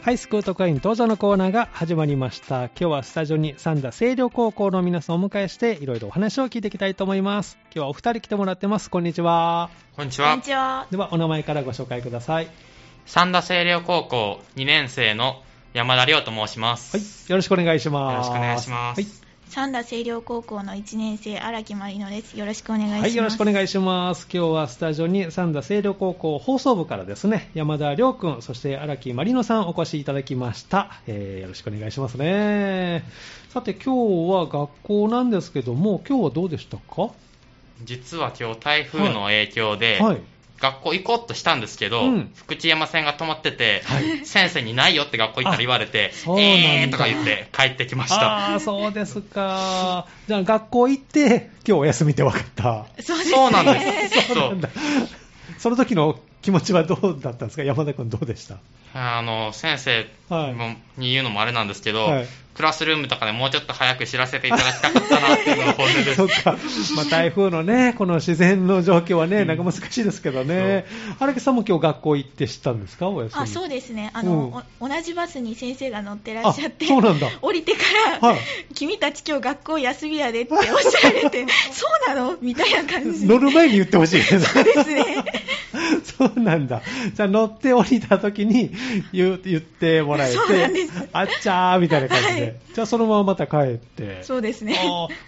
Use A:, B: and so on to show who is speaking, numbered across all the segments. A: はい、スクート会員登場のコーナーが始まりました。今日はスタジオに三田清涼高校の皆さんをお迎えして、いろいろお話を聞いていきたいと思います。今日はお二人来てもらってます。こんにちは。
B: こんにちは。
C: ちは
A: では、お名前からご紹介ください。
B: 三田清涼高校2年生の山田亮と申します。
A: はい、よろしくお願いします。
B: よろしくお願いします。はい
C: 三田清涼高校の1年生荒木まりのですよろしくお願いします、
A: はい、よろしくお願いします今日はスタジオに三田清涼高校放送部からですね山田亮君そして荒木まりのさんお越しいただきました、えー、よろしくお願いしますねさて今日は学校なんですけども今日はどうでしたか
B: 実は今日台風の影響で、はいはい学校行こうとしたんですけど、うん、福知山線が止まってて、はい、先生にないよって学校行ったら言われて、えーとか言って帰ってきました。
A: ああ、そうですか。じゃあ学校行って、今日お休みって分かった。
C: そう
B: そうなんです。
A: そうその時の気持ちはどうだったんですか山田君どうでした
B: あの先生に言うのもあれなんですけど、はい、クラスルームとかでもうちょっと早く知らせていただきたかったなっていうのが本音です
A: そうか、まあ、台風のねこの自然の状況はね、なか難しいですけどね荒木さんも今日学校行って知ったんですかお休み
C: あそうですねあの、うん、同じバスに先生が乗ってらっしゃって
A: そうなんだ
C: 降りてから、はい、君たち今日学校休みやでっておっしゃら れてそうなのみたいな感じ
A: 乗る前に言ってほしいです
C: そうです ね
A: そうなんだ。じゃあ乗って降りた時に言言ってもらえて、あっちゃーみたいな感じで、はい、じゃあそのまままた帰って。
C: そうですね。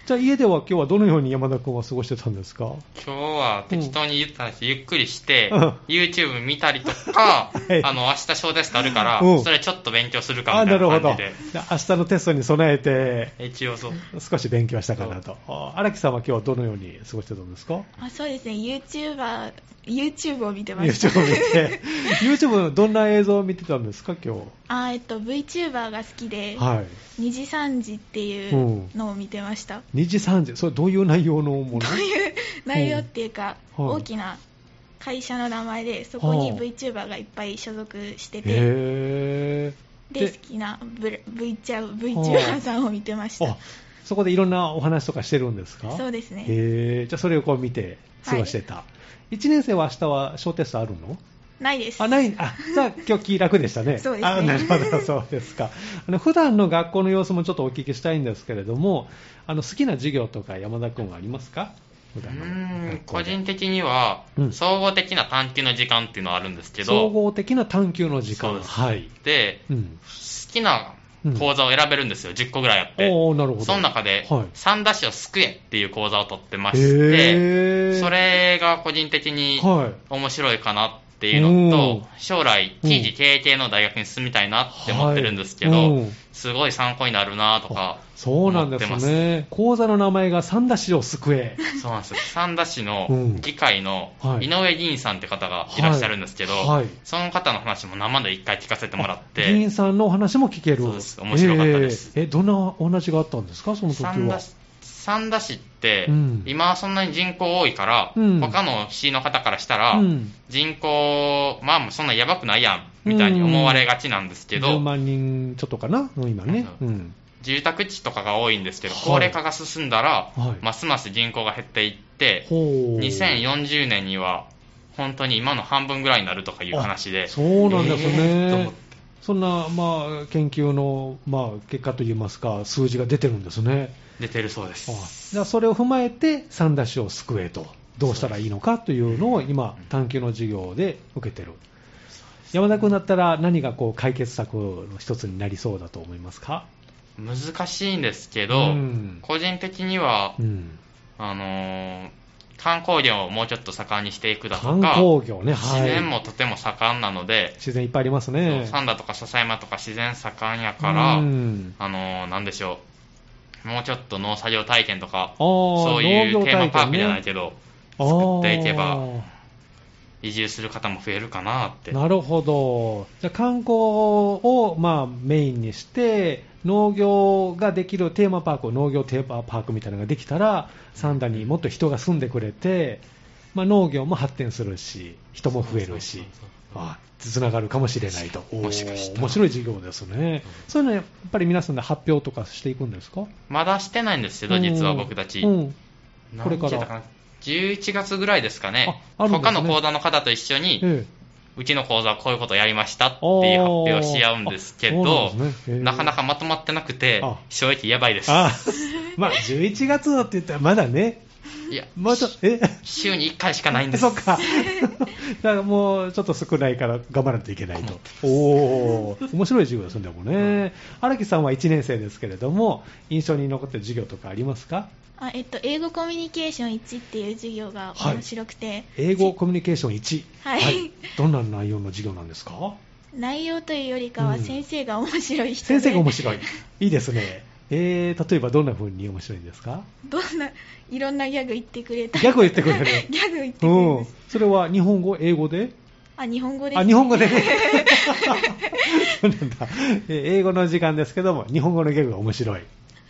A: じゃあ家では今日はどのように山田君は過ごしてたんですか
B: 今日は適当に言ったらゆっくりして、うん、YouTube 見たりとか、 はい、あの、明日小テストあるから、うん、それちょっと勉強するかみたいな感じで。
A: あ明日のテストに備えて、
B: 一応そう。
A: 少し勉強したかなと。荒木さんは今日はどのように過ごしてたんです か
C: あそうですね、YouTuber、YouTube を見てま
A: した。YouTube を見て。YouTube どんな映像を見てたんですか、今日。
C: あえっと、VTuber が好きで、はい、2時3時っていうのを見てました。
A: 2時3時それどういう内容のものど
C: ういう 内容っていうか、うんはい、大きな会社の名前で、そこに VTuber がいっぱい所属してて。へで好きな VTuber, VTuber さんを見てました。
A: そこでいろんなお話とかしてるんですか
C: そうですね。
A: へじゃあそれをこう見て過ごしてた。はい、1年生は明日は小テストあるの
C: ないです。
A: あ、ない、あ、じゃあ今日気楽でしたね。
C: そうです、ね、
A: あ、なるほど、 そうですか。あの、普段の学校の様子もちょっとお聞きしたいんですけれども、あの、好きな授業とか山田君はありますか
B: うん個人的には、総合的な探究の時間っていうのはあるんですけど、
A: 総合的な探究の時間
B: です、はい、で、うん、好きな講座を選べるんですよ、10個ぐらいあって。
A: なるほど。
B: その中で、はい、三田市を救えっていう講座を取ってまして、それが個人的に面白いかなっていうのと、将来、地域経営系の大学に進みたいなって思ってるんですけど、はい、すごい参考になるなとか
A: そうなんですね。講座の名前が三田市を救え。
B: そうなんですよ。三田市の議会の井上議員さんって方がいらっしゃるんですけど、はいはい、その方の話も生で一回聞かせてもらって。
A: 議員さんのお話も聞ける。
B: そうです。面白かったです。
A: えー、えどんなお話があったんですか、その時は。
B: 三田三田市って、うん、今はそんなに人口多いから、うん、他の市の方からしたら、うん、人口、まあそんなやばくないやん、みたいに思われがちなんですけど。
A: 10万人ちょっとかな、今ね。
B: うん住宅地とかが多いんですけど、高齢化が進んだら、はいはい、ますます人口が減っていって、2040年には本当に今の半分ぐらいになるとかいう話で。
A: そうなんですね。えー、そんな、まあ、研究の、まあ、結果といいますか、数字が出てるんですね。
B: 出てるそうです。
A: じゃあ、それを踏まえて、三田市を救えと、どうしたらいいのかというのを今、探究の授業で受けてる。山田君だったら何がこう解決策の一つになりそうだと思いますか
B: 難しいんですけど、うん、個人的には、うん、あのー、観光業をもうちょっと盛んにしていくだとか、
A: 観光業ね、
B: はい、自然もとても盛んなので、
A: 自然いっぱいありますね。
B: 三田とか笹山とか自然盛んやから、うん、あのー、なんでしょう、もうちょっと農作業体験とか、そういうテーマパークじゃないけど、ね、作っていけば、移住する方も増えるかなって。
A: なるほど。じゃ観光を、まあ、メインにして、農業ができるテーマパーク、農業テーマパークみたいなのができたら、三田にもっと人が住んでくれて、まあ、農業も発展するし、人も増えるし、つながるかもしれないと、
B: もしかして
A: 面白い事業ですね、うん、そういうのはやっぱり皆さんで発表とかしていくんですか
B: まだしてないんですけど、実は僕たち。うんうん、これから11月ぐらいですかね、ね他の講座の方と一緒に、ええうちの講座はこういうことをやりましたっていう発表をし合うんですけ
A: あ
B: ど
A: そうなんですねへー
B: なかなかまとまってなくて
A: あ
B: 正直やばいです
A: あまあ11月のって言ったらまだね、
B: いや
A: まだ、え
B: 週に1回しかないんで す
A: そっか。だからもうちょっと少ないから頑張らないといけない と。おお、面白い授業ですんでもね。荒木さんは1年生ですけれども、印象に残ってる授業とかありますか
C: あえっと、英語コミュニケーション1っていう授業が
A: はい
C: 面白くて、
A: 英語コミュニケーション1。
C: はい
A: どんな内容の授業なんですか
C: 内容というよりか
A: う
C: は
A: ん
C: 先生が面白い人で、
A: 先生が面白い。いいですね。えー、例えばどんな風に面白いんですか
C: どんないろんなギャグ言ってくれ た
A: ギャグ言ってくれる
C: ギャグ言ってく
A: う
C: れま
A: ん
C: す。
A: それは日本語、英語で
C: あ日本語です、
A: あ、日本語で。そうなんだ。えー英語の時間ですけども、日本語のギャグが面白い。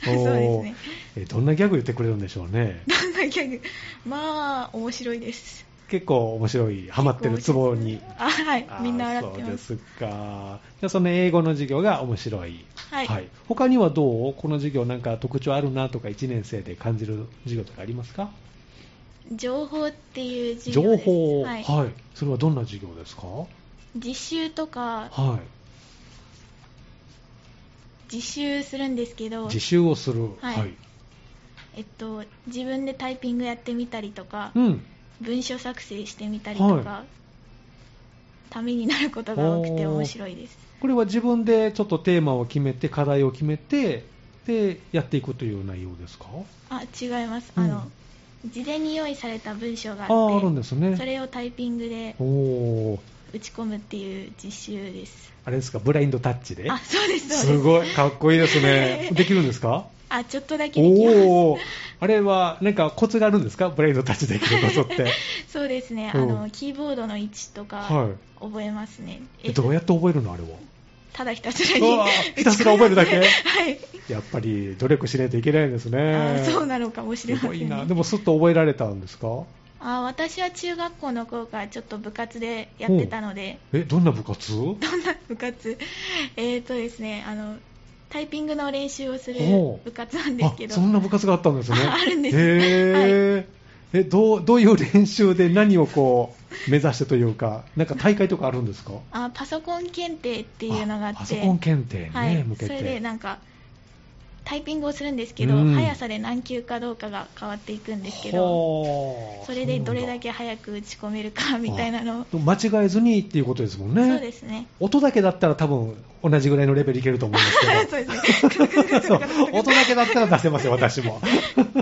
C: そうです
A: おー
C: ね
A: えーどんなギャグ言ってくれるんでしょうね。
C: どんなギャグまあ面白いです
A: 結構面白い、ハマってるツボに。
C: あはい
A: あー
C: みんな笑って
A: そう
C: ま
A: ですすか。じゃあその英語の授業が面白い。
C: はい、
A: 他にはどうこの授業なんか特徴あるなとか1年生で感じる授業とかありますか
C: 情報っていう授業
A: 情
C: です
A: 報、
C: はい
A: それはどんな授業ですか
C: 実習とか
A: はい。
C: 実習するんですけど
A: 自習をする。
C: はいえっと、自分でタイピングやってみたりとか、
A: うん。
C: 文書作成してみたりとか、
A: は
C: ためになることが多くて面白いです
A: これは自分でちょっとテーマを決めて、課題を決めて、で、やっていくという内容ですか
C: あ違います、
A: うん
C: あの事前に用意された文章があって
A: ああ、あるんですね。
C: それをタイピングで
A: おおー
C: 打ち込むっていう実習です
A: あれですか、ブラインドタッチで
C: あ。そうですそうで
A: す
C: す
A: ごい、かっこいいですね。 できるんですか
C: あちょっとだけできま
A: おおーあれは、なんかコツがあるんですかブラインドタッチできることって。
C: すそうですね、
A: うん
C: あのキーボードの位置と
A: は
C: か
A: い
C: 覚 えますね、
A: えどうやって覚えるのあれは。
C: ただひたすら
A: う
C: に
A: わひたすら覚えるだけ
C: はい
A: やっぱり努力しないといけないです
C: あ
A: ね。
C: そうなのかもしれますせん
A: ご
C: ね
A: いな。でもすっと覚えられたんですか
C: あ私は中学校の頃からちょっと部活でやってたので、
A: え、どんな部活
C: どんな部活、えーとですね、あのタイピングの練習をする
A: ほう
C: 部活なんですけど、
A: あそんな部活があったんですね。
C: ああるんです
A: へーえどうどういう練習で何をこう目指してというか、なんか大会とかあるんですかっ
C: あパソコン検定っていうのがあって、
A: パソコン検定に、ね
C: はい
A: 向け
C: それで
A: て。
C: なんか、タイピングをするんですけど、
A: うん
C: 速さで何級かどうかが変わっていくんですけど、
A: ど
C: それでどれだけ早く打ち込めるかみたいなのを、
A: 間違えずにっていうことですもんね。
C: そうですね。
A: 音だけだったら多分同じぐらいのレベルいけると思うんですけど。
C: そう ですね。
A: そう音だけだったら出せますよ、私も。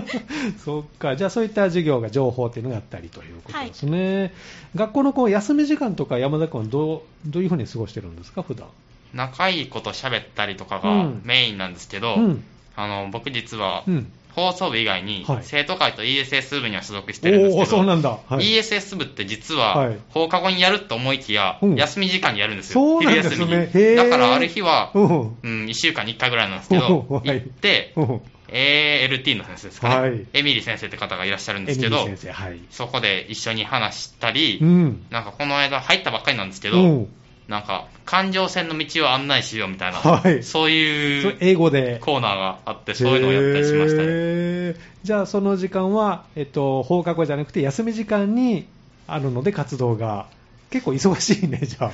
A: そっか、じゃあそういった授業が情報っていうのがあったりということですね。学校のこう休み時間とか山田君はどうどういうふうに過ごしてるんですか、普段
B: 仲いい子と喋ったりとか
A: う
B: が
A: ん
B: メインなんですけど、
A: うん、
B: あの僕実は
A: うん、
B: 放送部以外に
A: はい
B: 生徒会と ESS 部には所属し
A: お
B: てるんで
A: お
B: す
A: ー、
B: けど、
A: そうなんだ、はい
B: ESS 部って実
A: は
B: はい放課後にやると思いきや、
A: うん
B: 休み時間にやるんですよ、
A: そうなんですね
B: 昼休み
A: へ
B: に
A: ー
B: だからある日は、
A: うん、
B: うん、1週間に1回ぐらいなんですけど
A: はい
B: 行って、
A: うん、
B: ALT の先生ですかね、
A: はい
B: エミリー先生って方がいらっしゃるんで
A: エ
B: す
A: ミ
B: け
A: リー
B: ど、
A: 先生、はい、
B: そこで一緒に話したり、
A: うん、
B: なんかこの間入ったばっかりなんですけ
A: う
B: ど、
A: ん、
B: なんか環状線の道を案内しようみたいな、
A: はい
B: そう
A: そ
B: い
A: れ
B: う
A: 英語で。
B: コーナーがあって、そういうのをやったりしましたね。
A: へーじゃあその時間は、えっと、放課後じゃなくて休み時間にあるので活動が結構忙しいねじゃあ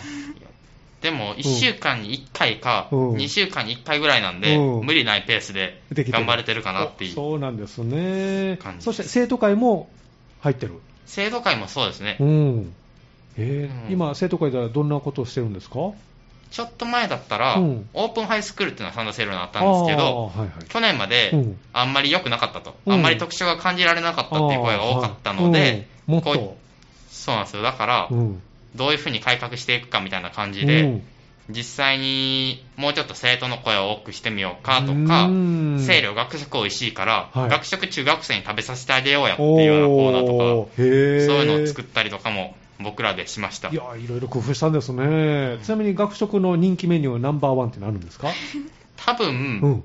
B: でも1週間に1回か、
A: うん
B: 2週間に1回ぐらいなんで、
A: うん
B: 無理ないペースで
A: できてる
B: 頑張れてるかなってい
A: お
B: う。
A: そうなんですね
B: 感じ
A: そして生徒会も入ってる、
B: 生徒会もそうですね
A: う。んえー
B: うん
A: 今生徒会ではどんなことをしてるんですか
B: ちょっと前だったら、
A: うん
B: オープンハイスクールっていうのは参加制度になったんですけど、
A: あーはいはい
B: 去年まで
A: うん
B: あんまり良くなかったと、
A: うん
B: あんまり特徴が感じられなかったっていう声が多かったので、
A: あーはいうんもっ
B: こうそうなんですよ。だから
A: と、、うん
B: どういうふうに改革していくかみたいな感じで、
A: うん
B: 実際にもうちょっと生徒の声を多くしてみようかと
A: う
B: か、
A: ん
B: 生料学食美味しいから、
A: はい
B: 学食中学生に食べさせてあげようやっていうようなコーナーと
A: お
B: か、
A: ーへー
B: そういうのを作ったりとかも僕らでしました
A: い。やいろいろ工夫したんですねちなみに学食の人気メニューナンバーワンってのあるんですか、
B: 多分、
A: うん、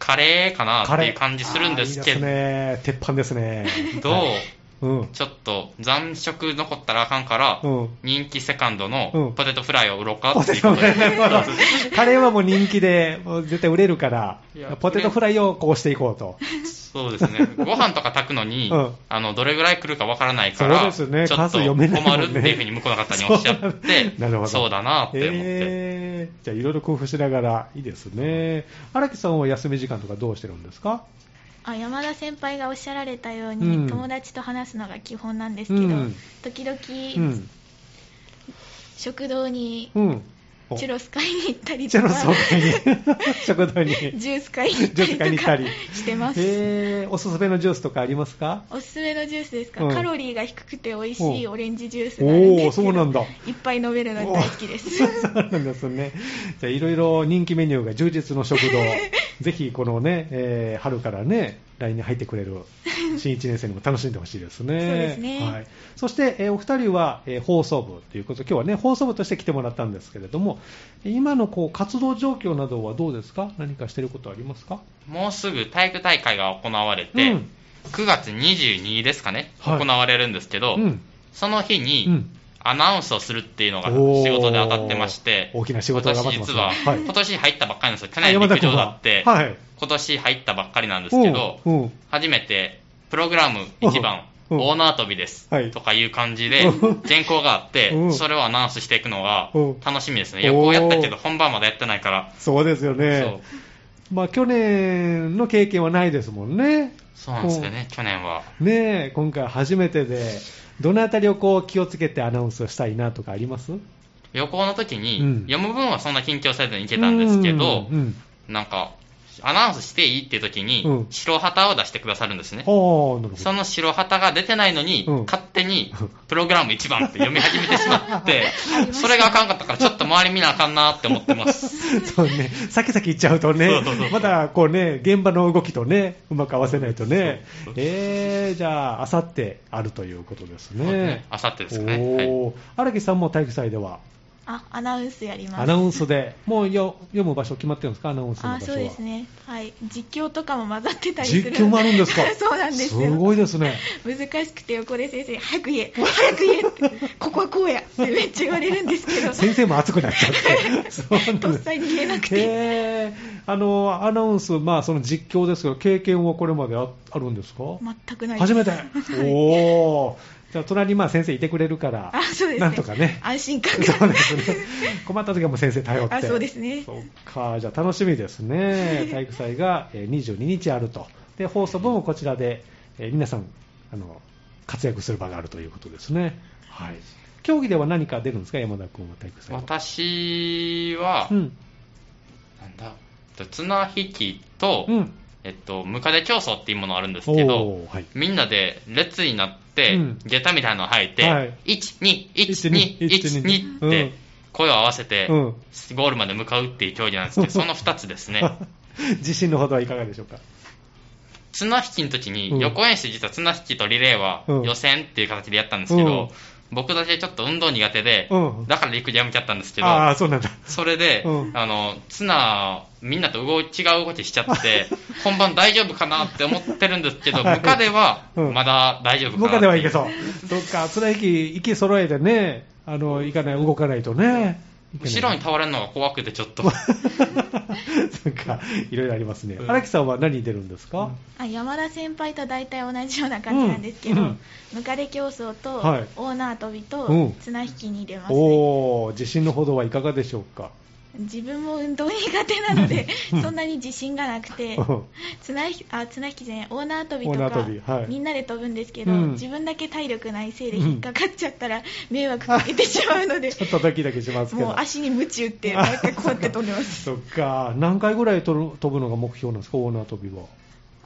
B: カレーかな
A: カ
B: って
A: レ
B: い
A: ー
B: う感じするんです
A: あ
B: け
A: ーいいですね鉄板ですね
B: ど、
A: はいうん
B: ちょっと残食残ったらあかんから、
A: うん
B: 人気セカンド
A: うん
B: のポテトフライを売ろうか
A: ポ
B: って
A: テ
B: いう
A: ト
B: こ
A: フ
B: と
A: ラ
B: で
A: イ、なるほどカレーはもう人気で、もう絶対売れるから
B: いや、
A: ポテトフライをこうしていこうと。
B: そうですね。ご飯とか炊くのに、
A: うん
B: あの、どれぐらい来るかわからないか
A: そう
B: ら、
A: ですね
B: ちょっ
A: 数
B: と
A: 読めないも
B: 困
A: んね
B: るっていうふうに向こうの方におっしゃって、
A: なるほど
B: そうだなって思って。
A: えーじゃあいろいろ工夫しながらいいですね荒木さんは休み時間とかどうしてるんですか
C: あ山田先輩がおっしゃられたよう
A: うん
C: に友達と話すのが基本なんですけど、
A: うん
C: 時々、
A: うん
C: 食堂に
A: うんお
C: チュロス買いに行ったり
A: チ
C: と
A: ェ
C: か
A: ロスを買いに 食堂に
C: ジュース買いに
A: ジュース
C: 行った
A: 買い
C: り
A: に行っ
C: と
A: た
C: か
A: り
C: してます、
A: えーおすすめのジュースとかありますか
C: おすすめのジュースですか、
A: うん
C: カロリーが低くて美味しい
A: お
C: オレンジジュースがあるん
A: おお
C: で
A: ー
C: すけ
A: そう
C: ど
A: なんだ
C: いっぱい飲めるの大好きです
A: お ーそうなんですね。じゃあ、いろいろ人気メニューが充実の食堂。ぜひ、このね、えー春からね、来年入ってくれる新1年生にも楽しんでほしいですね。
C: そうですね
A: はい。そして、えーお二人は、えー放送部ということで、今日はね、放送部として来てもらったんですけれども、今のこう、活動状況などはどうですか何かしてることありますか
B: もうすぐ体育大会が行われて、
A: うん
B: 9月22ですかね、
A: はい
B: 行われるんですけど、
A: うん。
B: その日に、
A: うん。
B: アナウンスをするっていうのが
A: おー
B: 仕事で当たってまして、
A: 大きな仕事が待ってますね
B: 私実は、
A: はい
B: 今年入ったばっかりなんですよ。
A: あ
B: 去年
A: 山田
B: 陸
A: 君
B: 上
A: は
B: だって、
A: はい。
B: 今年入ったばっかりなんですけど、
A: うんうん
B: 初めて、プログラム1番、
A: うん
B: 大縄跳びです、
A: はい
B: とかいう感じで
A: うん、
B: 原稿があって、
A: うん
B: それをアナウンスしていくのが
A: うん
B: 楽しみですね。
A: おー
B: 予行やったけど、本番までやってないから、
A: そうですよね。
B: そう
A: まあ、去年の経験はないですもんね。
B: そうなんですよね、去年は。
A: うん。ねえ、今回初めてで、どのあたりをこう気をつけてアナウンスをしたいなとかあります
B: 旅行の時に、
A: うん
B: 読む分はそんな緊張せずに行けたんですけど、
A: うんうん
B: なんか、アナウンスしていいっていう時に、
A: うん
B: 白旗を出してくださるんですね。
A: ほうなるほ
B: そ
A: ど。
B: の白旗が出てないのに、
A: うん
B: 勝手にプログラム1番って読み始めてしま って、それがあかんかったから、ちょっと周り見なあかんなって思ってます。
A: そうね、 先々行っちゃうとね
B: そうそうそう、
A: まだこうね、現場の動きとね、うまく合わせないとね、えー、じゃあ、あさってあるということですね。
B: あさってですかね。はい
A: おー荒木さんも体育祭では、
C: あアナウンスやります
A: アナウンスで、もうよ読む場所決まってるんですか、アナウンスの場
C: あ
A: 所は。
C: そうですねはい実況とかも混ざってたりする
A: 実況もあるんですか
C: そうなんですよ
A: すごいですね。
C: 難しくて横で先生に早く言え早く言えって ここはこうやってめっちゃ言われるんですけど
A: 先生も熱くなっちゃ って。そうなん
C: と
A: で
C: っ
A: す
C: さに言えなくて
A: へーあのアナウンス、まあ、その実況ですけど、経験はこれまでああるんですか、
C: 全くないです
A: 初めて、
C: はい
A: おお、じゃあ、隣にまあ先生いてくれるから、
C: あそうですね
A: なんとかね、
C: 安心感
A: そう
C: が
A: ですね、困った時はもう先生頼って、
C: あそうですね
A: そっか、じゃあ楽しみです ね、体育祭がえー22日あると、で放送分もこちらで、えー皆さんあの、活躍する場があるということですね。はい競技では何か出るんですか、山田君は体育祭は。
B: 私は、
A: うん、
B: なんだ、えっと綱引きと、
A: うん、
B: えっと、ムカデ競争っていうものあるんですけど、
A: おーはい、
B: みんなで列になって、
A: うん
B: 下駄みたいなの履いて、
A: はい
B: 1、2、1、2、1、2っ
A: うん
B: て声を合わせて、
A: うん
B: ゴールまで向かうっていう競技なんですけど、その2つで すね。
A: 自信のほどはいかがでしょうか。
B: 綱引きの時
A: うん
B: に、予行演習実は綱引きとリレーは
A: うん
B: 予選っていう形でやったんですけど、
A: うん
B: 僕だけちょっと運動苦手で、
A: うん
B: だから陸上やめちゃったんですけど、
A: ああ、そうなんだ。
B: それで、
A: うん
B: あの、綱、みんなと動き違う動きしちゃ って、本番大丈夫かなって思ってるんですけど、
A: はい
B: ムカデは、
A: うん
B: まだ大丈夫かな。
A: 僕ではいけそう。そっか、綱引き、息揃えてね、あの、行かない、動かないとね。
B: 後ろに
A: い
B: 倒れるのが怖くて、ちょっ と。
A: けない。そっか、いろいろありますね。
B: うん
A: 荒、木さんは何に出るんですか、
C: あ山田先輩と大体同じような感じなんですけ
A: う
C: ど、
A: んうん
C: ムカデ競争と、
A: はい
C: オーナー跳び
A: う
C: と
A: ん
C: 綱引きに出ます、ね
A: おお、自信のほどはいかがでしょうか。
C: 自分も運動苦手なので
A: うん
C: そんなに自信がなく て
A: うん
C: 綱引きあ綱引きじゃないオーナー跳び
A: オー
C: と
A: ナ
C: か
A: ー跳びはい
C: みんなで飛ぶんですけど、
A: うん
C: 自分だけ体力ないせいで引っかかっちゃったら迷惑かけてしまうの で
A: ちょっとドキドキしますけど。
C: もう足に鞭打 って毎回こうやって飛んでます
A: そっか、何回ぐらいとる飛ぶのが目標なんですか、オーナー飛びは。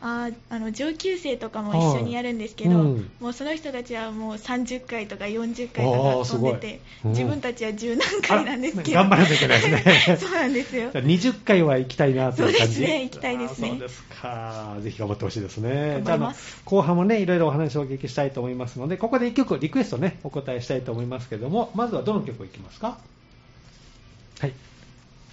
C: あーあの上級生とかも一緒にやるんですけど、
A: はいうん
C: もうその人たちはもう30回とか40回
A: あ
C: と
A: ー
C: か
A: す
C: 飛
A: ごい
C: んでて、
A: うん
C: 自分たちは十何回なんですけど
A: あら頑張らなきゃいけないですね
C: そうなんですよ
A: じゃあ20回は行きたいなという感じ
C: そうですね行きたいですね
A: あーそうですかぜひ頑張ってほしいですね
C: 頑張ります
A: じゃああの後半もねいろいろお話をお聞きしたいと思いますのでここで1曲リクエストねお答えしたいと思いますけどもまずはどの曲いきますかはい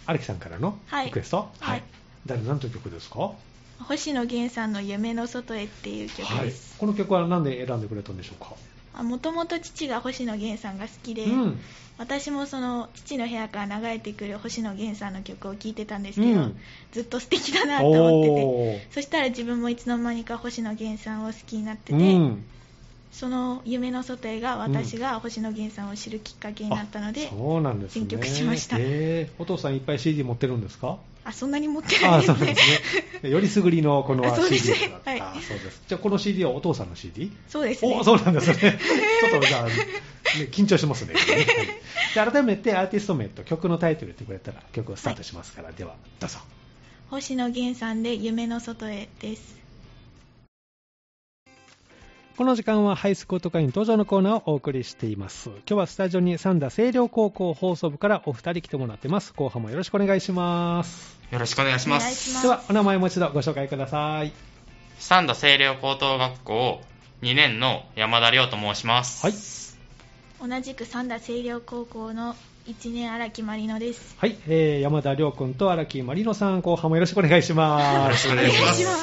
A: 荒木さんからの
C: はい
A: リクエスト
C: はい
A: 誰何という曲ですかは
C: 星野源さんの「夢の外へ」っていう曲
A: い
C: です、
A: この曲は何で選んでくれたんでしょうか
C: もともと父が星野源さんが好きで、
A: うん
C: 私もその父の部屋から流れてくる星野源さんの曲を聴いてたんですけど、
A: うん
C: ずっと素敵だなと思って
A: おー
C: てそしたら自分もいつの間にか星野源さんを好きになってて、
A: うん
C: その夢の外へが私が星野源さんを知るきっかけになったので、
A: あそうなんですね
C: 選曲しました
A: えーお父さんいっぱい CD 持ってるんですか
C: あそんなに持ってな
A: あ
C: い
A: あ
C: で
A: そう
C: す
A: なん
C: ね
A: ですね。よりすぐりのこの
C: あそうです
A: CD
C: ね
A: だった、
C: はい
A: あそうです。じゃあこの CD はお父さんの CD?
C: そうですね
A: おそうなんです ね。ちょっとじゃあ、ね、緊張してますね。はいで改めてアーティスト名と曲のタイトル言ってくれたら曲をスタートしますから、ではどうぞ。
C: 星野源さんで夢の外へです
A: この時間はハイスクート会員登場のコーナーをお送りしています。今日はスタジオに三田清涼高校放送部からお二人来てもらってます。後半もよろしくお願いします。
B: よろしくお願いしま
C: お願いし
B: す。
C: ます
A: ではお名前もう一度ご紹介ください。
B: 三田清涼高等学校2年の山田亮と申します。
A: はい。
C: 同じく三田清涼高校の1年荒木まりのです
A: はい、えー山田亮君と荒木まりのさん、後半もよろしくお願いします。
B: よろしくお願いします
C: お願いしま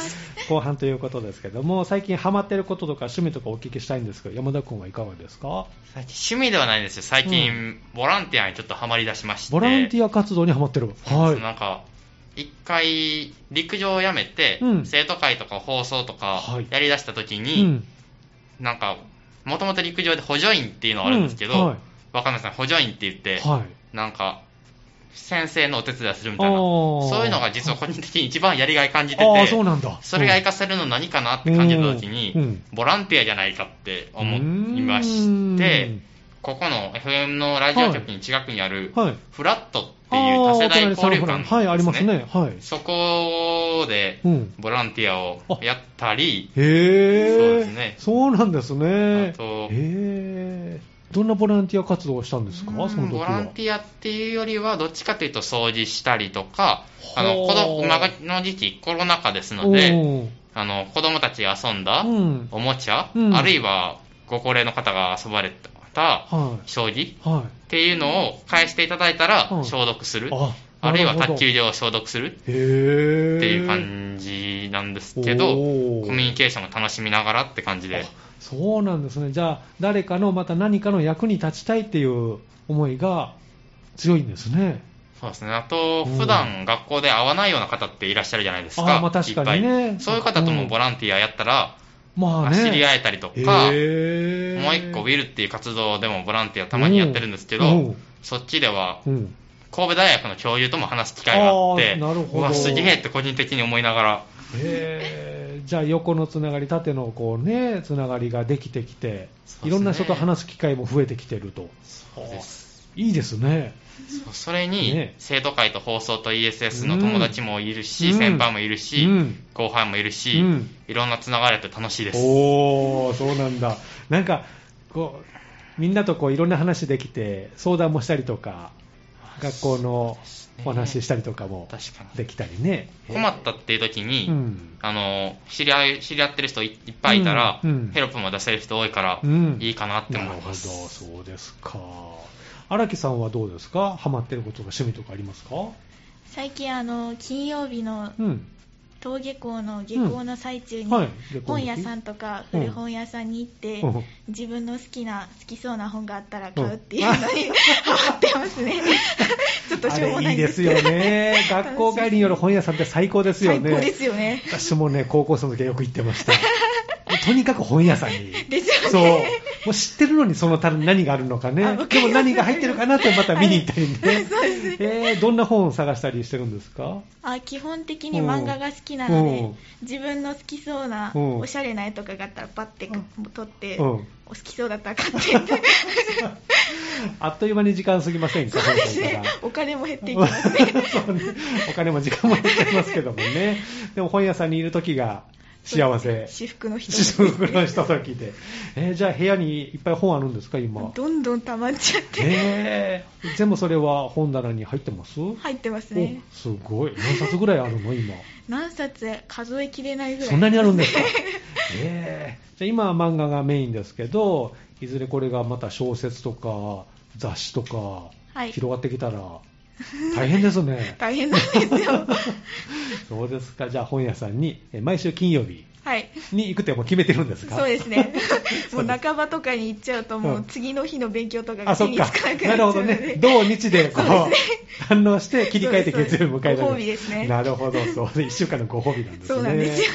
C: す
A: 後半ということですけども、最近ハマってることとか趣味とかお聞きしたいんですけど、山田君はいかがですか
B: 最近趣味ではないんですよ。最近、
A: う
B: ボランティアにちょっとハマり出しまして。
A: ボランティア活動にハマってる。は
B: なん
A: い。
B: か、一回、陸上をやめて、
A: うん
B: 生徒会とか放送とか
A: はい、
B: やりだした時
A: う
B: に、
A: ん
B: なんか、もともと陸上で補助員っていうのがあるんですけど、
A: うんは
B: 若宮さん補助員って言っ
A: い。
B: て、
A: はい。
B: なんか、先生のお手伝いするみ
A: あ
B: たいな。
A: ー
B: そういうのが実は個人的に一番やりがい感じて
A: あ
B: て、
A: ーそうなんだ。
B: それが活
A: か
B: かせるの何かなって感じた時に、
A: うん
B: ボランティアじゃないかって思いまして、、ここの FM のラジオ局に近くにある
A: うーん、はい。
B: フラットって
A: あ
B: いう
A: ー
B: 多世代
A: お隣さん
B: 交流
A: ほ
B: 館
A: らはい、あります
B: です
A: ね。はい。
B: そこで
A: うん。
B: ボランティアをやったり、
A: へー。
B: そうですね
A: そうなんですね。
B: あと
A: へー。どんなボランティア活動をしたんですか、
B: うん
A: その時
B: ボ
A: は。
B: ランティアっていうよりは、どっちかというと掃除したりとか、あの、
A: ほう
B: 子供、今の時期コロナ禍ですので、
A: おー
B: あの、子供たちが遊んだ
A: うん。
B: おもちゃ、
A: うん
B: あるいはご高齢の方が遊ばれた
A: は
B: 将棋
A: い。はい。
B: っていうのを返していただいたら
A: うん
B: 消毒する、
A: あ
B: あるいは
A: なほど
B: 卓球場を消毒するっ
A: へー
B: ていう感じなんですけど、
A: おー
B: コミュニケーションを楽しみながらって感じ
A: あ、
B: で
A: そうなんですねじゃあ誰かのまた何かの役に立ちたいっていう思いが強いんですね
B: そうですね。あと、
A: うん
B: 普段学校で会わないような方っていらっしゃるじゃないです
A: あー
B: か。
A: まあ確かにね
B: いっぱいそういう方と
A: う
B: も
A: ん
B: ボランティアやったら、
A: まあね
B: 知り合えたりとか、
A: へー
B: もう一個ウィルっていう活動でもボランティアたまにやってるんですけ
A: う
B: ど
A: ん、
B: そっちでは
A: うん
B: 神戸大学の教諭とも話す機会があって、
A: あーなるほど
B: うわ、すげえって個人的に思いながら、
A: へーじゃあ横のつながり縦のこうねつながりができてきて
B: そうですね
A: いろんな人と話す機会も増えてきてると
B: そうです
A: いいですね
B: そそれに
A: ね、
B: 生徒会と放送と ESS の友達もいるし、
A: うん
B: 先輩もいるし、
A: うん
B: 後輩もいるし、
A: うん
B: いろんなつながりあって楽しいです。
A: おー、そうなんだ。なんか、こう、みんなとこういろんな話できて、相談もしたりとか、学校のお話ししたりとかも
B: 確かに。
A: できたりね。
B: 困ったっていう時に、
A: うん。
B: あの知り合い知り合ってる人いいっぱいいたら、
A: うんうん
B: ヘルプも出せる人多いから、
A: うん
B: いいかなって
A: な
B: 思
A: る
B: い
A: ほ
B: ま
A: ど、
B: す。
A: そうですか。荒木さんはどうですかハマってることとか趣味とかありますか
C: 最近あの金曜日の
A: うん。
C: 登下校の下校の最中に
A: うんはい下校の時
C: 本屋さんとか
A: うん
C: 古本屋さんに行って
A: うん
C: 自分の好きな好きそうな本があったら買うっていうの にハマってますね ちょっと
A: あ
C: しょうも
A: れ
C: ない
A: い
C: ん
A: で
C: ですす
A: よ
C: けど
A: ね。学校帰りによる本屋さんって最高ですよね。
C: 最高ですよね
A: 私もね、高校生の時はよく行ってました。とにかく本屋さんに。
C: です
A: そう。
C: よ
A: も
C: ね
A: う知ってるのにその棚に何があるのか
C: あ
A: ね
C: わ。かります
A: でも何が入ってるかなってまた見に行ったりね。
C: そうですね
A: えー、どんな本を探したりしてるんですか
C: あ基本的に漫画が好きなの
A: う
C: で
A: ん
C: 自分の好きそうな
A: うん
C: おしゃれな絵とかがあったらパッてか撮って
A: うん
C: お好きそうだったら買 って
A: あっという間に時間過ぎませんか
C: そうです
A: 本当
C: ね
A: に
C: お金も減っていきますね
A: そうねお金も時間もかかりますけどもね。でも本屋さんにいる時が幸せ。
C: 私服の人
A: 私服のひとときで。えー、じゃあ部屋にいっぱい本あるんですか今。
C: どんどん溜まっちゃって
A: えー、全部それは本棚に入ってます
C: 入ってますね
A: おすごい。何冊ぐらいあるの今。
C: 何冊数えきれないぐらい
A: そんなにあ るんですかええじゃあ今は漫画がメインですけど、いずれこれがまた小説とか雑誌とか
C: はい
A: 広がってきたら大変ですね
C: 。大変なんですよ
A: そうですか。じゃあ本屋さんにえ毎週金曜日
C: はい
A: に行くってもう決めてるんですか
C: そうですねもう半ばとかに行っちゃうともう次の日の勉強とか
A: あ
C: が
A: そ
C: 手
A: っ
C: に
A: か
C: つかなく
A: な
C: なっち
A: る
C: ゃう
A: ほ
C: の
A: ど
C: で
A: ね土日でこう
C: そうで
A: 反応して切り替えて月曜日迎えた
C: ご褒美ですね
A: なるほどそう1週間のご褒美なんですね
C: そうなんですよ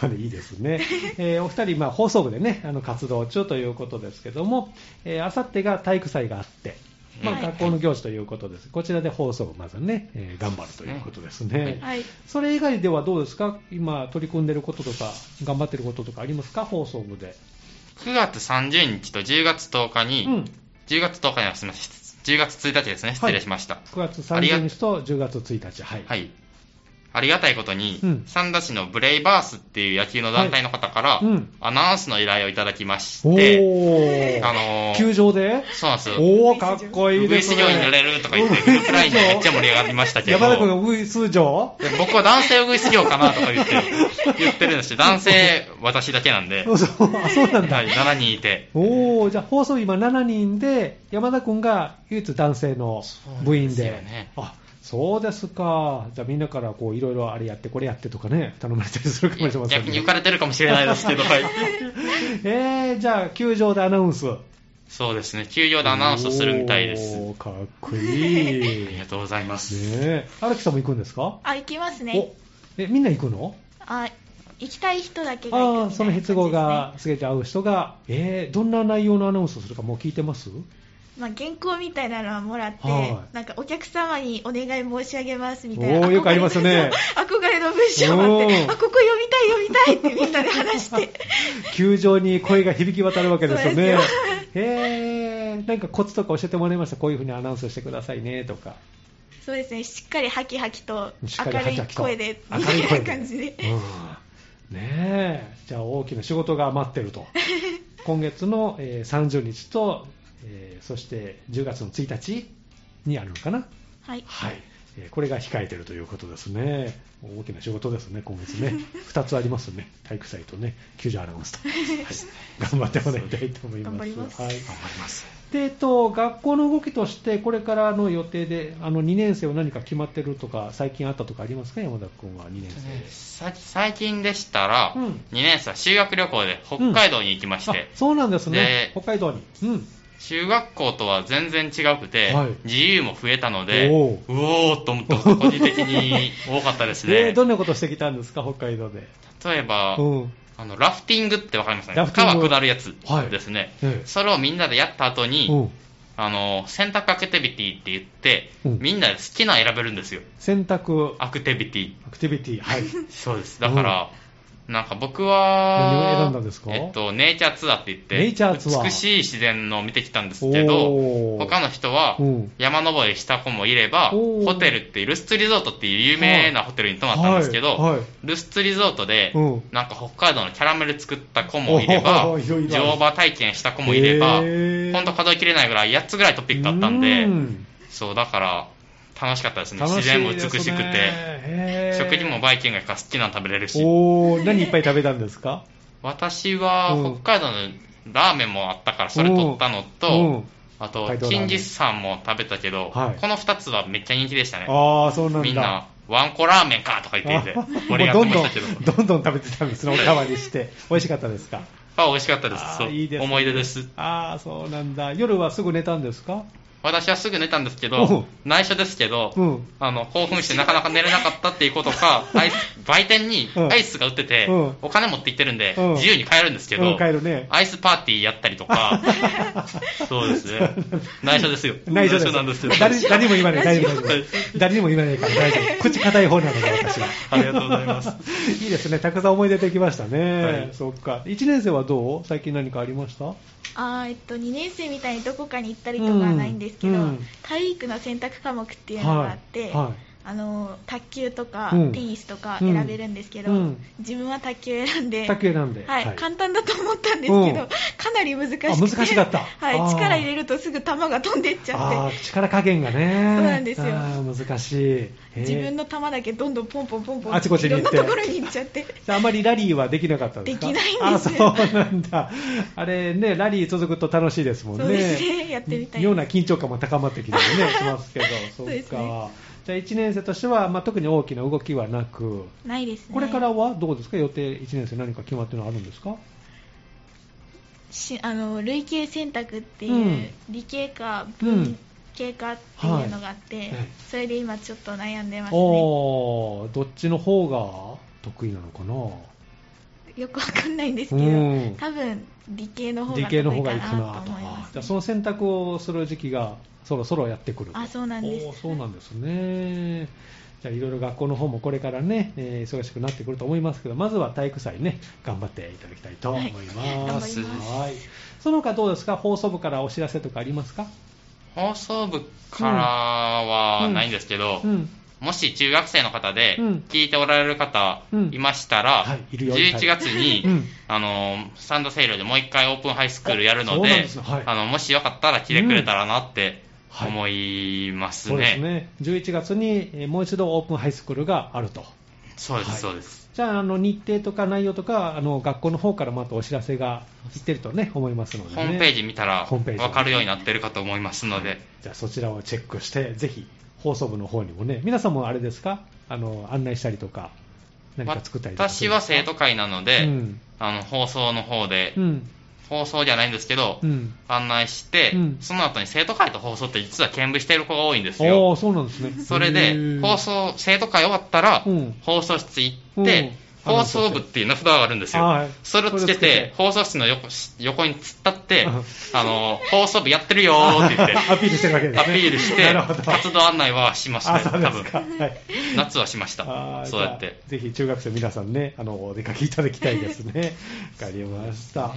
A: そうねいいですね、えーお二人、まあ、放送部でねあの活動中ということですけども、えー、あさってが体育祭があって、まあ、
C: はい
A: 学校の行事ということです、こちらで放送部まずね、えー頑張るということですね、
C: はい
A: それ以外ではどうですか今取り組んでることとか頑張ってることとかありますか放送部で、
B: 9月30日と10月10日
A: う
B: に、
A: ん、
B: 10月10日にはすみません10月1日ですね失礼しました、
A: 9月30日と10月1日はい、、
B: はいい。ありがたいことに、
A: うん
B: 三田市のブレイバースっていう野球の団体の方から、
A: うん
B: アナウンスの依頼をいただきまし
A: お
B: て、
A: ー、
B: あのー
A: 球場で
B: そうなんですよ。
A: おおかっこいいで
B: V
A: す
B: 市
A: ね
B: 場に乗れるとか言って、グループラインでめっちゃ盛り上がりましたけど、
A: 山田君が V 通常
B: で僕は男性を V 市場かなとか言って、言ってるんですよ。男性、私だけなんで、
A: そうあそうなんだ、
B: はい、7人いて、
A: おおじゃあ放送今7人で山田君が唯一男性の部員で
B: そうなんですよね
A: あそうですかじゃあみんなからこういろいろあれやってこれやってとかね頼まれたりするかもしれませんね
B: 逆に浮かれてるかもしれないですけど、はい。
A: えー、じゃあ球場でアナウンス
B: そうですね、休養でアナウンスするみたいです。
A: おーかっこいい
B: あ り
A: ね
B: がとうございます。
A: え荒木さんも行くんですか、
C: あ行きますね
A: おえみんな行くの
C: あ行きたい人だけが行くみたいな
A: あ
C: 感
A: あ
C: じ
A: その
C: です
A: 筆合
C: ね
A: がすげて合う人が、えー、どんな内容のアナウンスをするかもう聞いてます
C: まあ、原稿みたいなのはもらって、
A: はい
C: なんかお客様にお願い申し上げますみたい
A: お
C: な
A: およくありますね
C: 憧れの文章があっ
A: お
C: て
A: ー
C: あここ読みたい読みたいってみんなで話して
A: 球場に声が響き渡るわけですよね
C: そうで。
A: へーなんかコツとか教えてもらいました。こういうふうにアナウンスしてくださいねとか。
C: そうですねしっかりハキハキと
A: しっかり
C: 明
A: ハ
C: る
A: キ
C: い
A: ハキと
C: 声で
A: 明
C: み
A: るい声
C: たい
A: で
C: な感じで
A: うんねえ、じゃあ大きな仕事が待ってる と。今月の、えー30日と、えーそして10月の1日にあるのかな。
C: はい
A: はい。えーこれが控えてるということですね。大きな仕事ですね、今月 ね。2つありますね。体育祭とね、球場アナウンスと。はい、頑張ってもらいたいと思います。
C: 頑張ります
A: はい
B: 頑張ります。
A: で、えっと、学校の動きとして、これからの予定で、あの2年生は何か決まってるとか、最近あったとかありますか、山田君は2年生
B: さ最近でしたら、
A: うん
B: 2年生は修学旅行で北海道に行きまし
A: で。あ
B: て、
A: そうなんですね、
B: で
A: 北海道に。うん、
B: 中学校とは全然違くて、
A: はい
B: 自由も増えたので、う
A: お
B: おーっと思ったこと個人的に多かったです
A: で
B: ね。
A: どんなことしてきたんですか、北海道で。
B: 例えば、
A: うん、
B: あの、ラフティングってわかりますか
A: ラ
B: ね
A: フティン
B: 川
A: グ
B: 下るやつ
A: はい
B: ですね、
A: ええ
B: それをみんなでやった後に、
A: うん
B: あの、選択アクティビティって言って、
A: うん
B: みんなで好きなの選べるんですよ。
A: 選択
B: アクティビティ。
A: アクティビティ、はい、
B: そうです。だから、なんか僕は、
A: 何を選んだんですか
B: えっと、ネイチャーツアーって言って、
A: ネイチャーツアー
B: 美しい自然のを見てきたんですけど、
A: おー
B: 他の人は
A: うん、
B: 山登りした子もいれば、
A: おー
B: ホテルっていう、ルスツリゾートっていう有名なホテルに泊まったんですけど、
A: はいはい
B: ルスツリゾートで、
A: うん
B: なんか北海道のキャラメル作った子もいれば、
A: おーいろいろある
B: 乗馬体験した子もいれば、
A: へー
B: ほんと数えきれないぐらい8つぐらいトピックあったんで、
A: うん
B: そう、だから、楽しかったですね。
A: 楽
B: 自
A: しいです
B: 然
A: ね
B: も美しくて、
A: へー
B: 食事もバイキングが好きなの食べれるし、
A: おー何いっぱい食べたんですか、
B: 私は
A: うん
B: 北海道のラーメンもあったからそれ取ったの
A: うんうん
B: と、あと
A: 北海道、ラー
B: ジ
A: メン
B: ンギスカンも食べたけど、
A: はい
B: この2つはめっちゃ人気でしたね。
A: ああ、そうなんだ。
B: みんな、ワンコラーメンかとか言っていて
A: あ、
B: 盛り上が
A: も
B: っ
A: う
B: て
A: どんどん
B: ましたけど、
A: どんどん食べてたんですね、おかわり して、美味しかったですか、
B: あ美味しかったで
A: あー
B: す。そう
A: いいですね
B: 思い出です。
A: ああ、そうなんだ、夜はすぐ寝たんですか、
B: 私はすぐ寝たんですけ
A: おう
B: ど、内緒ですけど、
A: うん
B: あの、興奮してなかなか寝れなかったっていうことか、アイス売店に
A: うん
B: アイスが売ってて、
A: うん
B: お金持って行ってるんで、
A: うん
B: 自由に買えるんですけ
A: う
B: ど、
A: ん帰るね
B: アイスパーティーやったりと か、そうですね。内緒ですよ。
A: 内緒です
B: なんですけど。
A: 誰誰にも言わない、大丈夫、
B: は
A: 大
B: い
A: 丈夫誰にも言わないから大丈夫、口硬い方なので、私は。
B: ありがとうござ います。
A: いいですね、たくさん思い出できましたね、
B: はい
A: そっか、1年生はどう、最近何かありました
C: あーえっと、2年生みたいにどこかに行ったりとかはないんですけど、
A: うんうん
C: 体育の選択科目っていうのがあって、
A: はいはい
C: あの卓球とか、
A: うん
C: テニスとか選べるんですけど、
A: うん
C: 自分は卓球選んで
A: 卓球なんで、
C: はい
A: はい
C: 簡単だと思ったんですけど、
A: うん
C: かなり難しくて
A: あ難しかった
C: はい
A: あー、
C: 力入れるとすぐ球が飛んでっちゃ
A: あ
C: っ
A: ー力加減がね、
C: そうなんですよ
A: あー難しい、へー
C: て自分の球だけどんどんポンポンポンポン
A: あちこちに行って
C: いろんなところに行っちゃって。
A: じゃああまりラリーはできなかったんですか
C: できないんです
A: あそうなんだあれねラリー続くと楽しいですもんね
C: そうですねやってみたいです
A: 妙な緊張感も高まってきてねしますけど
C: そ
A: そうっ
C: ですね
A: かじゃあ1年生としては、まあ、特に大きな動きはなく、
C: ないですね
A: これからはどうですか、予定1年生、何か決まってるのあるんですか
C: しあの類型選択っていう、
A: うん
C: 理系か
A: うん
C: 文系かっていうのがあって、
A: いええ
C: それで今ちょっと悩んでますね
A: おーどっちの方が得意なのかな、
C: よくわかんないんですけど、
A: うん
C: 多分理系の方
A: 理
C: が
A: 系の
C: 得
A: 方
C: 意
A: が
C: か
A: いい
C: な
A: かなと
C: と思い
A: か
C: ま、す、
A: じゃあその選択をする時期がそろそろやってくる
C: あそうなんです
A: おーそうなんですね。じゃあいろいろ学校の方もこれからね、えー忙しくなってくると思いますけど、まずは体育祭ね、頑張っていただきたいと思います。
C: はい頑張ります
A: はいその他どうですか、放送部からお知らせとかありますか？
B: 放送部からはないんですけど、
A: うん、
B: もし中学生の方で
A: うん
B: 聞いておられる方
A: うん
B: いましたら、
A: はいいるよ
B: 11月に、
A: うん
B: あのー、サンドセイルでもう一回オープンハイスクールやるの
A: そうなん
B: で、
A: ですねはい
B: あの、もしよかったら来てくれたらなって
A: はい
B: 思います
A: そうです
B: ね。
A: ね。11月にえーもう一度オープンハイスクールがあると。
B: そうです、
A: はい
B: そうです。
A: じゃあ、あの日程とか内容とか、あの学校の方からまたお知らせがいってるとね、思いますので、ね、
B: ホームページ見たら
A: ホームページ
B: わかるようになってるかと思いますので、
A: じゃあそちらをチェックして、ぜひ放送部の方にもね、皆さんもあれですか、あの案内したりとか、何か作ったりとかす
B: 私
A: るんで
B: は
A: す
B: 生徒会なので、
A: うん
B: あの、放送の方で、
A: うん
B: 放送じゃないんですけど、
A: うん、
B: 案内して、
A: うん
B: その後に生徒会と放送って実は兼務している子が多いんですよ。
A: おーそうなんですね。
B: それ
A: へ
B: で、
A: ー
B: 放送、生徒会終わったら、
A: うん
B: 放送室行って、
A: うん
B: 放送部っていう名札があるんですよ。
A: はい
B: それをつ
A: それをつけ
B: け
A: て
B: て、放送室の横し横に突っ立って
A: うん、
B: あの、放送部やってるよーって言っ
A: ア
B: て、
A: ピールしてるわけです、ね、
B: アピールして
A: なるほど、
B: 活動案内はしました
A: あ
B: ね、
A: そ
B: 多
A: うです
B: 分。
A: か。はい
B: 夏はしました
A: あ。ー
B: そうやっ
A: じゃ
B: て。
A: あぜひ中学生皆さんね、あの、お出かけいただきたいですね。わかりました。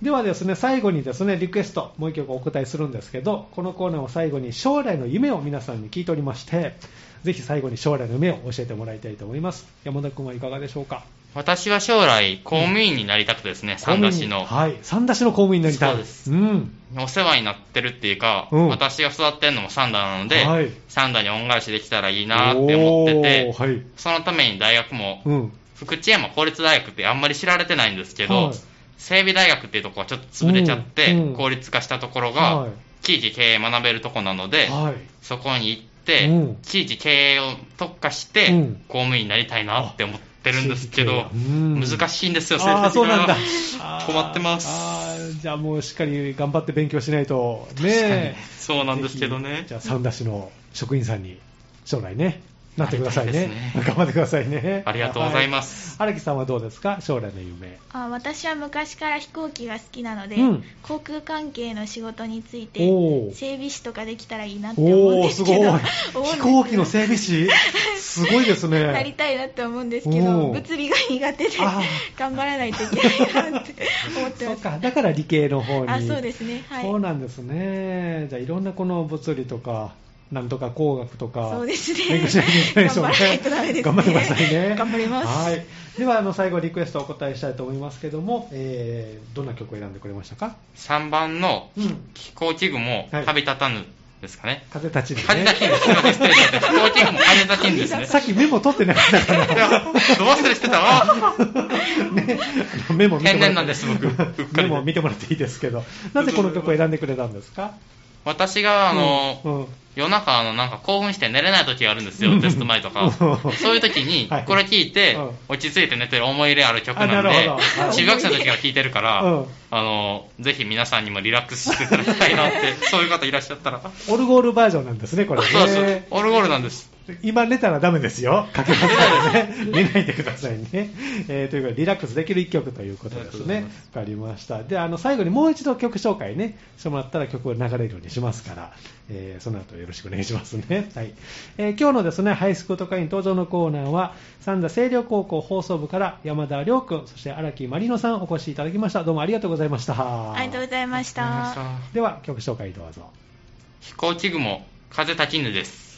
A: ではですね、最後にですね、リクエスト、もう一曲お答えするんですけど、このコーナーを最後に将来の夢を皆さんに聞いておりまして、ぜひ最後に将来の夢を教えてもらいたいと思います。山田君はいかがでしょうか
B: 私は将来、公務員になりたくてですね、三田市の。
A: はい。三田市の公務員になりたい。
B: そうです
A: ん。
B: お世話になってるっていうか、
A: うん
B: 私が育ってるのもサンダーなので、
A: はい
B: サンダーに恩返しできたらいいなって思って
A: おー
B: て、
A: はい。
B: そのために大学も、
A: うん。
B: 福知山公立大学ってあんまり知られてないんですけど、
A: はい
B: 整備大学っていうところがちょっと潰れちゃって、
A: うんうん
B: 公立化したところが、
A: はい
B: 地域経営学べるとこなので、
A: はい。
B: そこに行って、
A: うん
B: 地域経営を特化して、
A: うん
B: 公務員になりたいなって思ってるんですけど、
A: うん
B: 難しいんですよ、
A: ああー、
B: 成
A: そう
B: 績が
A: なんだ。
B: 困ってます
A: あー。じゃあもうしっかり頑張って勉強しないと、ねえ
B: そうなんですけどね
A: ぜひじゃあ、三田市の職員さんに将来ね、なってください
B: な
A: ね。
B: りたいですね
A: 頑張ってくださいね。
B: ありがとうございます
A: はい。荒、木さんはどうですか将来の夢。
C: あ私は昔から飛行機が好きなので、
A: うん
C: 航空関係の仕事について
A: おー
C: 整備士とかできたらいいなって思うん
A: お
C: で
A: ー、す
C: す
A: ご
C: け
A: い。
C: ど 思うんです
A: 飛行機の整備士すごいです ね。
C: なりたいなって思うんですけど
A: おー
C: 物理が苦手で
A: あー
C: 頑張らないといけないなって思って
A: そ
C: ま
A: う
C: す
A: か、だから理系の方に。
C: あそうですねはい
A: そうなんですね。じゃあ、いろんなこの物理とか、なんとか工学とか、
C: そうですね
A: 勉強しなきゃいけないでしょうね。頑
C: 頑張らないとダメですね
A: 張ってくださいね。
C: 頑張ります
A: はい。では、あの、最後、リクエストお答えしたいと思いますけども、えー、どんな曲を選んでくれましたか
B: 3番の
A: うん。
B: 飛行機雲、
A: はい
B: 旅立たぬですかね。
A: 風立ちぬ
B: 風
A: ね
B: 立ちぬ、すいません、失礼しました。飛行機雲、風立ちぬですね。
A: さっきメモ取ってなかった から
B: いやどう忘れしてたわ。
A: ね、メモ見てもらって
B: 天然なんです僕うっかりで
A: メモ見てもらっていいですけど、なぜこの曲を選んでくれたんですか
B: 私が、あの、
A: うんうん
B: 夜中、あの、なんか興奮して寝れない時があるんで
A: う
B: すよ、
A: ん
B: テスト前 とか
A: うん。
B: そういう時に
A: はい、
B: これ聞いて
A: うん、
B: 落ち着いて寝てる思い入れある曲な
A: あ
B: んで
A: なるほどはい、
B: 中学生の時から聴いてるから
A: うん、
B: あの、ぜひ皆さんにもリラックスしていただきたい なって、そういう方いらっしゃったら。そう
A: オルゴールバージョンなんですね、これね。
B: そう、オルゴールなんです。
A: 今寝たらダメですよ。かけませ んね。寝ないでくださいね。えーということで、リラックスできる一曲ということですね
B: ありがとうございま。
A: わかりました。で、あの、最後にもう一度曲紹介ね、してもらったら曲を流れるようにしますから、えーその後よろしくお願いしますね。はい。えー今日のですね、ハイスクート会員登場のコーナーは、三田清涼高校放送部から山田亮君、そして荒木まりのさんお越しいただきました。どうもありがとうございました。
C: ありがとうございました
B: ありがとうございまし
A: では、曲紹介どうぞ。
B: た飛行機雲、風立ちぬです。